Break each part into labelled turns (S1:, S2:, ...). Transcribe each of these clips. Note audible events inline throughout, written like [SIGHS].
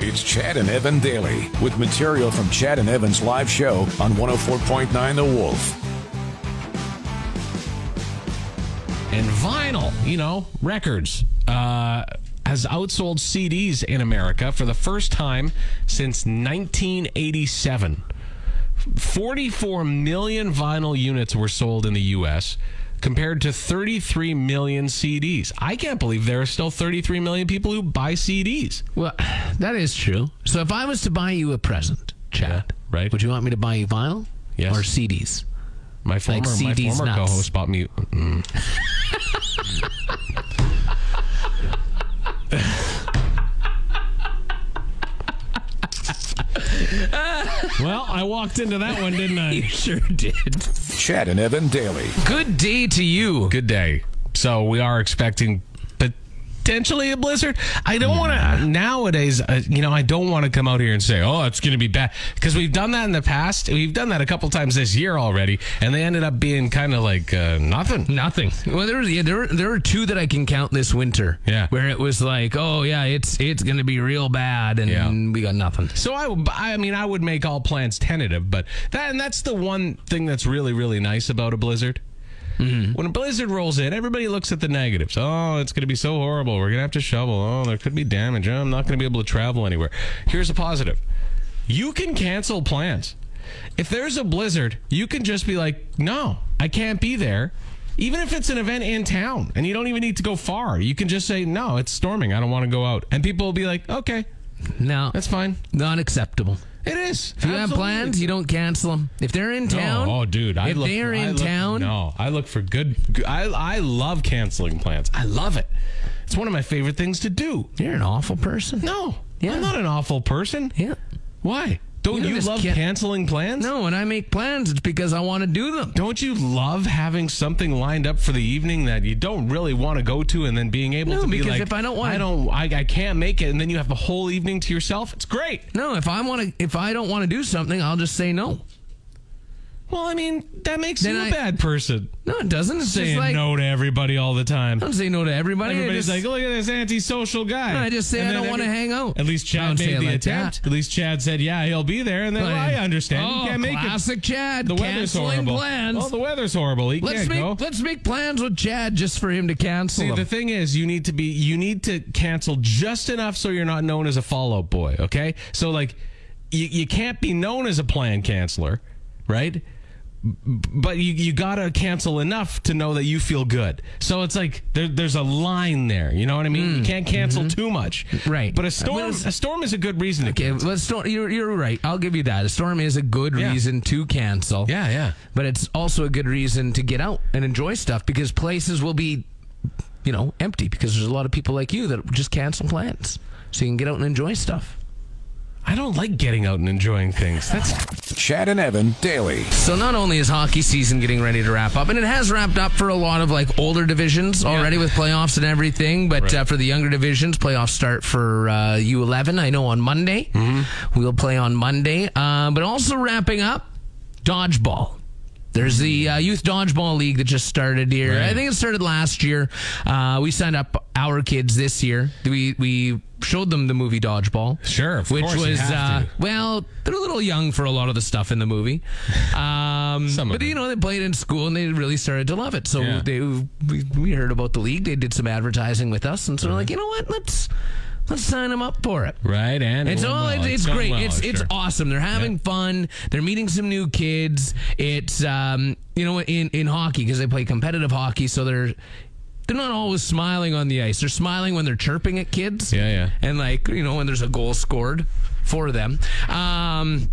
S1: It's Chad and Evan Daily with material from Chad and Evan's live show on 104.9 The Wolf.
S2: and vinyl, you know, records, uh, has outsold CDs in America for the first time since 1987. 44 million vinyl units were sold in the U.S. compared to 33 million CDs. I can't believe there are still 33 million people who buy CDs.
S3: Well, [SIGHS] that is true. So if I was to buy you a present, Chad,
S2: Yeah, right.
S3: Would you want me to buy you vinyl
S2: Yes.
S3: or CDs?
S2: My former,
S3: Like CDs
S2: my former
S3: nuts.
S2: co-host bought me. Mm. [LAUGHS] well, I walked into that one, didn't I? [LAUGHS]
S3: Sure did.
S1: Chad and Evan Daily.
S3: Good day to you.
S2: Good day. So we are expecting potentially a blizzard. I don't want
S3: Mm.
S2: to nowadays. Uh, you know, I don't want to come out here and say, "Oh, it's going to be bad," because we've done that in the past. We've done that a couple times this year already, and they ended up being kind of like uh, nothing.
S3: Nothing. Well, there was yeah, there were, there are two that I can count this winter.
S2: Yeah.
S3: where it was like, oh yeah, it's it's gonna be real bad, and
S2: Yeah.
S3: we got nothing.
S2: So I, I mean, I would make all plans tentative, but that and that's the one thing that's really, really nice about a blizzard. When a blizzard rolls in, everybody looks at the negatives. Oh, it's going to be so horrible. We're going to have to shovel. Oh, there could be damage. Oh, I'm not going to be able to travel anywhere. Here's a positive: you can cancel plans. If there's a blizzard, you can just be like, "No, I can't be there." Even if it's an event in town and you don't even need to go far, you can just say, "No, it's storming. I don't want to go out." And people will be like, "Okay,
S3: No,
S2: that's fine."
S3: not acceptable.
S2: It is.
S3: If you have plans, you don't cancel them. If they're in town,
S2: Oh, dude! I
S3: if
S2: look,
S3: they're
S2: I
S3: in
S2: look-
S3: town,
S2: no, I look for good. I I love canceling plans. I love it. It's one of my favorite things to do.
S3: you're an awful person.
S2: No,
S3: Yeah.
S2: I'm not an awful person.
S3: Yeah.
S2: Why? Don't
S3: You
S2: you,
S3: just
S2: love
S3: can't-
S2: canceling plans?
S3: No, when I make plans, it's because I want to do them.
S2: Don't you love having something lined up for the evening that you don't really want to go to, and then being able
S3: No,
S2: to be
S3: because
S2: like,
S3: if I don't wanna-
S2: I don't, I, I can't make it, and then you have the whole evening to yourself. It's great.
S3: No, if I want to, if I don't want to do something, I'll just say no.
S2: Well, I mean, that makes
S3: Then
S2: you a
S3: I-
S2: bad person.
S3: No, it doesn't. It's
S2: Saying
S3: just like
S2: no to everybody all the time.
S3: I don't say no to everybody. I
S2: Everybody's
S3: just-
S2: like, look at this antisocial guy.
S3: No, I just say I
S2: then
S3: don't wanna hang out.
S2: At least
S3: I don't
S2: Chad
S3: say
S2: made
S3: it
S2: the
S3: like
S2: attempt.
S3: that.
S2: At least Chad said, yeah, he'll be there. And then, well, I understand.
S3: Oh,
S2: he can't make it.
S3: classic Chad.
S2: The weather's
S3: canceling
S2: horrible.
S3: plans.
S2: Well, the weather's horrible. He
S3: let's
S2: can't
S3: make
S2: go.
S3: let's make plans with Chad just for him to cancel
S2: See,
S3: them.
S2: the thing is, you need to be, you need to cancel just enough so you're not known as a fallout boy. Okay, so like, you, you can't be known as a plan canceler, right? B- But you, you gotta cancel enough to know that you feel good. So it's like there, there's a line there. You know what I mean? you can't cancel too much,
S3: Mm. Mm-hmm. Right.
S2: But a
S3: Well,
S2: storm,
S3: it's-
S2: a storm is a good reason. To
S3: okay, let's storm. You're, you're right. I'll give you that. A storm is a good
S2: Yeah.
S3: reason to cancel.
S2: Yeah, yeah.
S3: But it's also a good reason to get out and enjoy stuff because places will be, you know, empty because there's a lot of people like you that just cancel plans, so you can get out and enjoy stuff.
S2: I don't like getting out and enjoying things. That's
S1: Chad and Evan Daily.
S3: So not only is hockey season getting ready to wrap up, and it has wrapped up for a lot of like older divisions already with playoffs and everything, but uh, for the younger divisions, playoffs start for uh, U11. I know on Monday we'll play on Monday, uh, but also wrapping up dodgeball. There's the uh, youth dodgeball league that just started here. I think it started last year. Uh, we signed up our kids this year. We we showed them the movie Dodgeball,
S2: Sure, of
S3: which
S2: course you
S3: was
S2: have
S3: uh,
S2: to.
S3: well, they're a little young for a lot of the stuff in the movie. Um,
S2: Some of
S3: but you know, they played in school and they really started to love it. So
S2: Yeah.
S3: they we, we heard about the league. They did some advertising with us, and so
S2: Uh-huh.
S3: we're like, you know what? Let's let's sign them up for it.
S2: right. And
S3: It's
S2: going
S3: all
S2: well.
S3: it's, it's
S2: going
S3: great.
S2: well,
S3: it's it's
S2: sure.
S3: awesome. They're having fun. They're meeting some new kids. It's um you know in in hockey because they play competitive hockey, so they're they're not always smiling on the ice. They're smiling when they're chirping at kids.
S2: Yeah, yeah.
S3: And like you know when there's a goal scored for them. Um,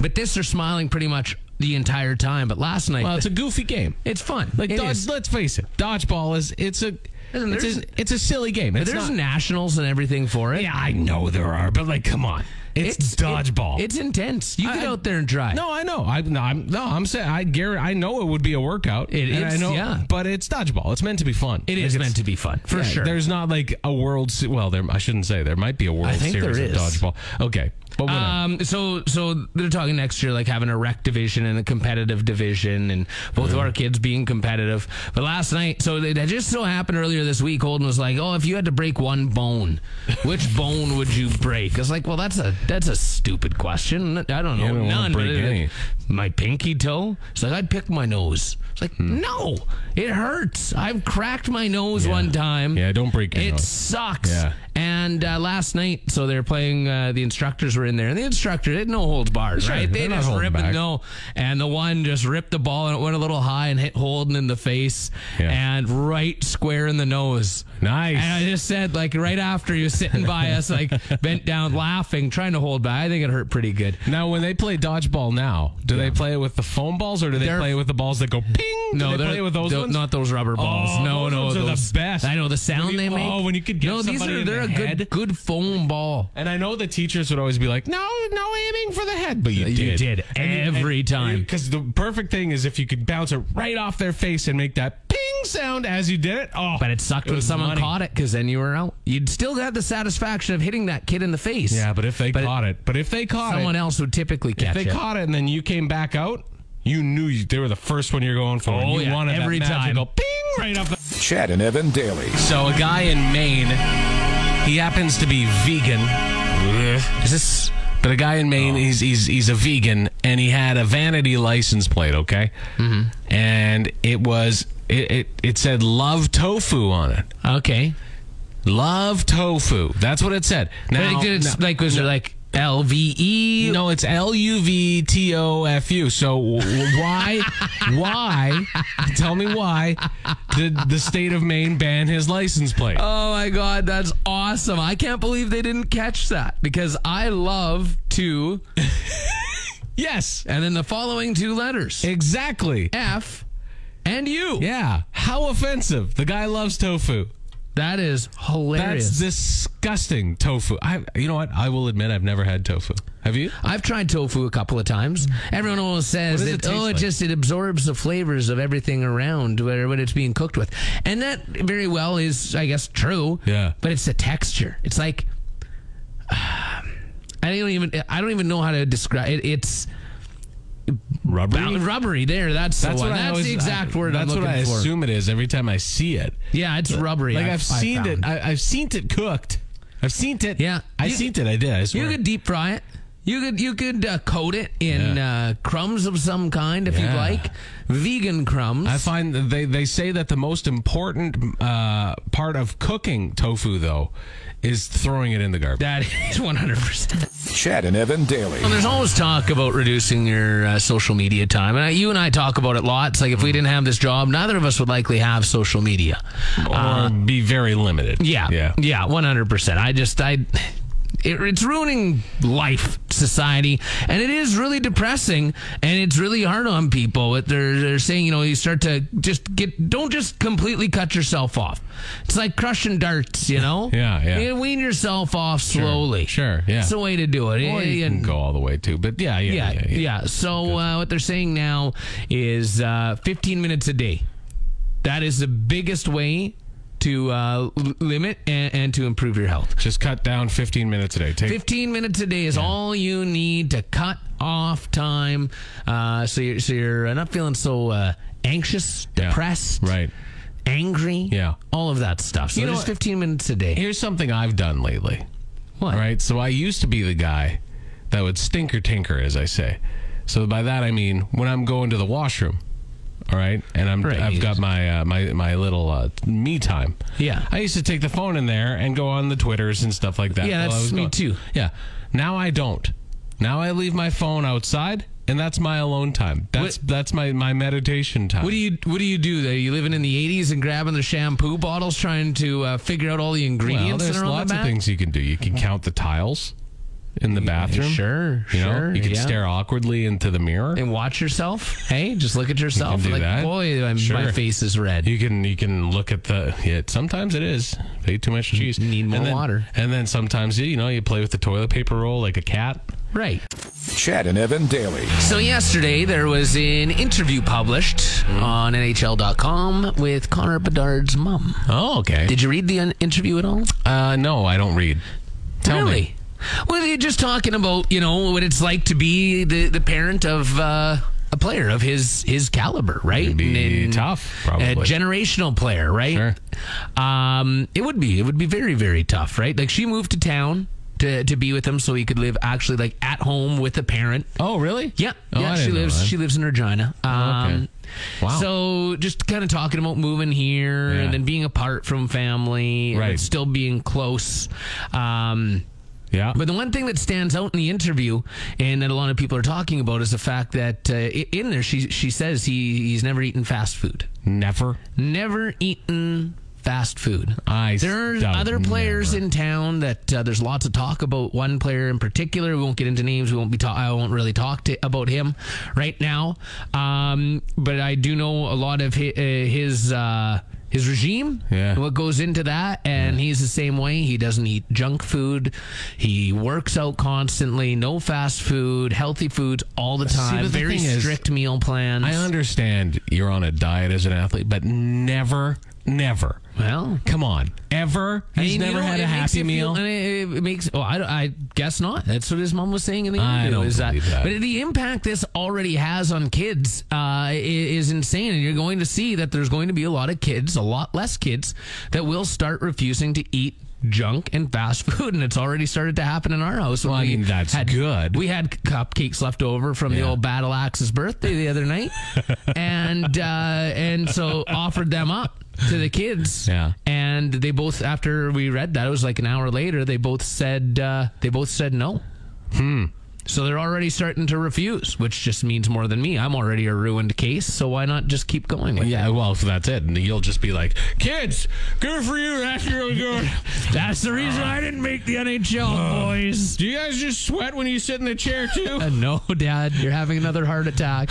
S3: but this they're smiling pretty much the entire time. But last night
S2: Well, it's a Uh, goofy game.
S3: it's fun.
S2: Like
S3: It
S2: dodge,
S3: is.
S2: let's face it, dodgeball is it's a
S3: Listen,
S2: It's
S3: there's-
S2: a, it's a silly game. It's
S3: There's
S2: not-
S3: nationals and everything for it.
S2: yeah, I know there are, but like, come on, it's, dodgeball.
S3: it's intense. You
S2: I-
S3: get
S2: I-
S3: out there and try.
S2: no, I know. I, no, I'm no. I'm saying I guarantee. I know it would be a workout.
S3: It
S2: and I
S3: is,
S2: know,
S3: yeah.
S2: But it's dodgeball. It's meant to be fun.
S3: it
S2: Like,
S3: is
S2: it's-
S3: meant to be fun for
S2: Yeah,
S3: sure.
S2: There's not like a world. Se- well, there. I shouldn't say there might be a world
S3: I think
S2: series
S3: there
S2: of
S3: is.
S2: dodgeball. Okay, but whatever.
S3: Um, so so they're talking next year like having a rec division and a competitive division and both of our kids being competitive. But last night, so it it just so happened earlier this week, Holden was like, "Oh, if you had to break one bone,
S2: [LAUGHS]
S3: which bone would you break?" I was like, "Well, that's a that's a stupid question. I don't know
S2: Yeah, we don't wanna
S3: none.
S2: break
S3: but, uh,
S2: any.
S3: My pinky toe. It's like I'd pick my nose. It's like no, it hurts. I've cracked my nose one time.
S2: Hmm. Yeah, don't break your
S3: It
S2: nose.
S3: sucks.
S2: Yeah.
S3: And uh, last night, so they're playing. Uh, the instructors were in there, and the instructor, it no holds barred,
S2: Sure,
S3: right? They
S2: they're not
S3: just
S2: holding
S3: rip it,
S2: back.
S3: no. And the one just ripped the ball, and it went a little high and hit Holden in the face,
S2: Yeah.
S3: and right square in the nose.
S2: Nice.
S3: And I just said, like, right after he was sitting by
S2: [LAUGHS]
S3: us, like, bent down, laughing, trying to hold back. I think it hurt pretty good.
S2: Now, when they play dodgeball now, do they play it with the foam balls or do they
S3: They're-
S2: play it with the balls that go ping? Do they
S3: they're-
S2: play it with those
S3: tho-
S2: ones?
S3: Not those rubber balls.
S2: Oh,
S3: no,
S2: those
S3: no,
S2: ones are the
S3: those-
S2: best.
S3: I know the sound
S2: When you-
S3: they make.
S2: oh, when you could get
S3: no, these
S2: somebody
S3: are
S2: in
S3: they're
S2: the
S3: a
S2: head.
S3: good good foam ball.
S2: and I know the teachers would always be like, "No, no aiming for the head," but you
S3: You
S2: did,
S3: did every time.
S2: Because the perfect thing is if you could bounce it right off their face and make that ping sound as you did it. Oh,
S3: But it sucked when
S2: was
S3: someone
S2: money.
S3: caught it because then you were out. You'd still have the satisfaction of hitting that kid in the face.
S2: Yeah, but if they
S3: But it-
S2: caught it, but if they caught
S3: someone
S2: it,
S3: else would typically
S2: if
S3: catch
S2: they
S3: it.
S2: caught it, and then you came back out, you knew you, they were the first one you're going for.
S3: Oh,
S2: you
S3: yeah,
S2: wanted
S3: every
S2: that
S3: time.
S2: magical ping right off the.
S1: Chad and Evan daily.
S2: So a guy in Maine, he happens to be vegan. Is this? But a guy in
S3: Oh.
S2: Maine, he's he's he's a vegan, and he had a vanity license plate. Okay, mm-hmm. and it was it, it it said love tofu on it.
S3: okay.
S2: Love tofu. That's what it said. Now,
S3: But did it,
S2: no,
S3: like was it like L V E?
S2: no, it's L U V T O F U. So w- w-
S3: [LAUGHS]
S2: why why tell me why did the state of Maine ban his license plate?
S3: Oh my god, that's awesome! I can't believe they didn't catch that because I love to,
S2: yes.
S3: and then the following two letters
S2: Exactly.
S3: F and U.
S2: Yeah. How offensive. The guy loves tofu.
S3: That is
S2: That's
S3: hilarious.
S2: disgusting tofu. I you know what? I will admit I've never had tofu. Have you?
S3: I've tried tofu a couple of times. Everyone always says
S2: What does
S3: that,
S2: it taste
S3: oh, it
S2: like?
S3: just it absorbs the flavors of everything around where what it's being cooked with, and that very well is, I guess, true.
S2: Yeah.
S3: But it's the texture. It's like [SIGHS] I don't even I don't even know how to describe it. It's
S2: Rubbery.
S3: bou- rubbery. There, that's, the one.
S2: I
S3: That's
S2: always-
S3: the exact
S2: I-
S3: word I'm
S2: That's
S3: looking
S2: what I
S3: for.
S2: assume it is every time I see it.
S3: yeah, it's rubbery.
S2: Like I've, seen
S3: found.
S2: it. I, I've seen it cooked. I've seen it.
S3: Yeah.
S2: I
S3: You-
S2: seen it. I did. I
S3: You
S2: swear.
S3: could deep fry it. You could you could uh, coat it in uh, crumbs of some kind if
S2: Yeah.
S3: you like, vegan crumbs.
S2: I find that they, they say that the most important uh, part of cooking tofu, though, is throwing it in the garbage.
S3: that is 100%.
S1: Chad and Evan daily.
S3: Well, there's always talk about reducing your uh, social media time. And I, you and I talk about it lots. Like, if we didn't have this job, neither of us would likely have social media.
S2: Or be very limited.
S3: Yeah.
S2: Yeah.
S3: Yeah, 100%. I just, I. It, it's ruining life, society, and it is really depressing, and it's really hard on people. What They're they're saying, you know, you start to just get don't just completely cut yourself off. It's like crushing darts, you know.
S2: [LAUGHS] Yeah, yeah.
S3: You wean yourself off slowly.
S2: sure, yeah.
S3: It's the way to do it.
S2: Or
S3: Eh,
S2: you can
S3: and-
S2: go all the way too. But yeah, yeah,
S3: yeah, yeah. So uh, what they're saying now is uh, 15 minutes a day. That is the biggest way to uh, l- limit and, and to improve your health.
S2: Just cut down 15 minutes a day. Take
S3: 15 minutes a day is all you need to cut off time, uh, so you're so you're not feeling so uh, anxious,
S2: Yeah.
S3: depressed,
S2: Right.
S3: Angry,
S2: Yeah.
S3: all of that stuff. So
S2: You know
S3: just
S2: what?
S3: 15 minutes a day.
S2: Here's something I've done lately.
S3: What?
S2: All right. So I used to be the guy that would stinker tinker, as I say. So by that I mean when I'm going to the washroom. All right, and I'm
S3: Right.
S2: I've got my uh, my my little uh, me time.
S3: Yeah.
S2: I used to take the phone in there and go on the twitters and stuff like that.
S3: Yeah,
S2: while I
S3: that's
S2: was
S3: me
S2: gone.
S3: too.
S2: Yeah, now I don't. Now I leave my phone outside, and that's my alone time. That's that's my my meditation time.
S3: What do you What do you do? There, you living in the '80s and grabbing the shampoo bottles, trying to uh, figure out all the
S2: Well,
S3: ingredients.
S2: there's
S3: that are on the
S2: lots of
S3: back?
S2: things you can do. You can count the tiles. in the bathroom.
S3: Sure,
S2: You know,
S3: sure,
S2: you can
S3: yeah.
S2: stare awkwardly into the mirror.
S3: and watch yourself. Hey, just look at yourself.
S2: do
S3: like,
S2: that.
S3: boy, I'm, my
S2: Sure.
S3: face is red.
S2: You can you can look at the yeah, sometimes it is. They eat too much cheese.
S3: Mm-hmm. Need more
S2: and then,
S3: water.
S2: And then sometimes you know you play with the toilet paper roll like a cat.
S3: right.
S1: Chad and Evan daily.
S3: So yesterday there was an interview published on NHL.com with Connor Bedard's mom.
S2: Oh, okay.
S3: Did you read the uh, interview at all?
S2: uh no, I don't read. Tell
S3: really?
S2: me.
S3: Well, they're just talking about you know what it's like to be the the parent of. Uh, a player of his his caliber, right?
S2: It'd be tough,
S3: A
S2: probably.
S3: generational player, right?
S2: Sure.
S3: Um, it would be. It would be very, very tough, right? Like she moved to town to to be with him, so he could live actually like at home with a parent.
S2: Oh, really?
S3: Yeah,
S2: Oh,
S3: yeah.
S2: I
S3: She
S2: didn't know
S3: lives.
S2: that. Oh,
S3: She lives in Regina. Um,
S2: Wow.
S3: So just kind of talking about moving here
S2: Yeah.
S3: and then being apart from family,
S2: Right.
S3: And still being close. Um,
S2: yeah.
S3: but the one thing that stands out in the interview, and that a lot of people are talking about, is the fact that uh, i- in there she she says he he's never eaten fast food,
S2: never.
S3: never eaten fast food.
S2: I
S3: There's
S2: doubt
S3: other players
S2: never.
S3: in town that uh, there's lots of talk about one player in particular. We won't get into names. We won't be. Ta- I won't really talk to, about him right now. Um, but I do know a lot of his his, uh, his regime.
S2: Yeah.
S3: and What goes into that, and he's the same way. He doesn't eat junk food. He works out constantly. No fast food. Healthy foods all the
S2: but
S3: time.
S2: the
S3: Very
S2: thing is,
S3: strict meal plans.
S2: I understand you're on a diet as an athlete, but never never.
S3: well.
S2: Come on. Ever?
S3: I
S2: He's
S3: mean, you
S2: never
S3: know,
S2: had
S3: it
S2: a
S3: makes
S2: happy
S3: you feel-
S2: meal.
S3: and it, it makes. Oh, I, I guess not. That's what his mom was saying in the
S2: I
S3: interview.
S2: don't
S3: is
S2: believe that.
S3: But the impact this already has on kids uh, i- is insane, and you're going to see that there's going to be a lot of kids, a lot less kids, that will start refusing to eat junk and fast food, [LAUGHS] and it's already started to happen in our house.
S2: Well, I mean, that's
S3: had,
S2: good.
S3: We had cupcakes left over from the
S2: Yeah.
S3: old Battle Axe's birthday the
S2: [LAUGHS]
S3: other night, and uh, and so offered them up to the kids.
S2: Yeah.
S3: And they both, after we read that, it was like an hour later. They both said uh, they both said no. Hmm. So they're already starting to refuse, which just means more than me. I'm already a ruined case, so why not just keep going with
S2: Yeah,
S3: it?
S2: well, so that's it. And you'll just be like, kids, good for you. That's really
S3: [LAUGHS]
S2: good.
S3: That's the reason I didn't make the NHL, boys.
S2: Do you guys just sweat when you sit in the chair, too?
S3: [LAUGHS] Uh, no, Dad, you're having another heart attack.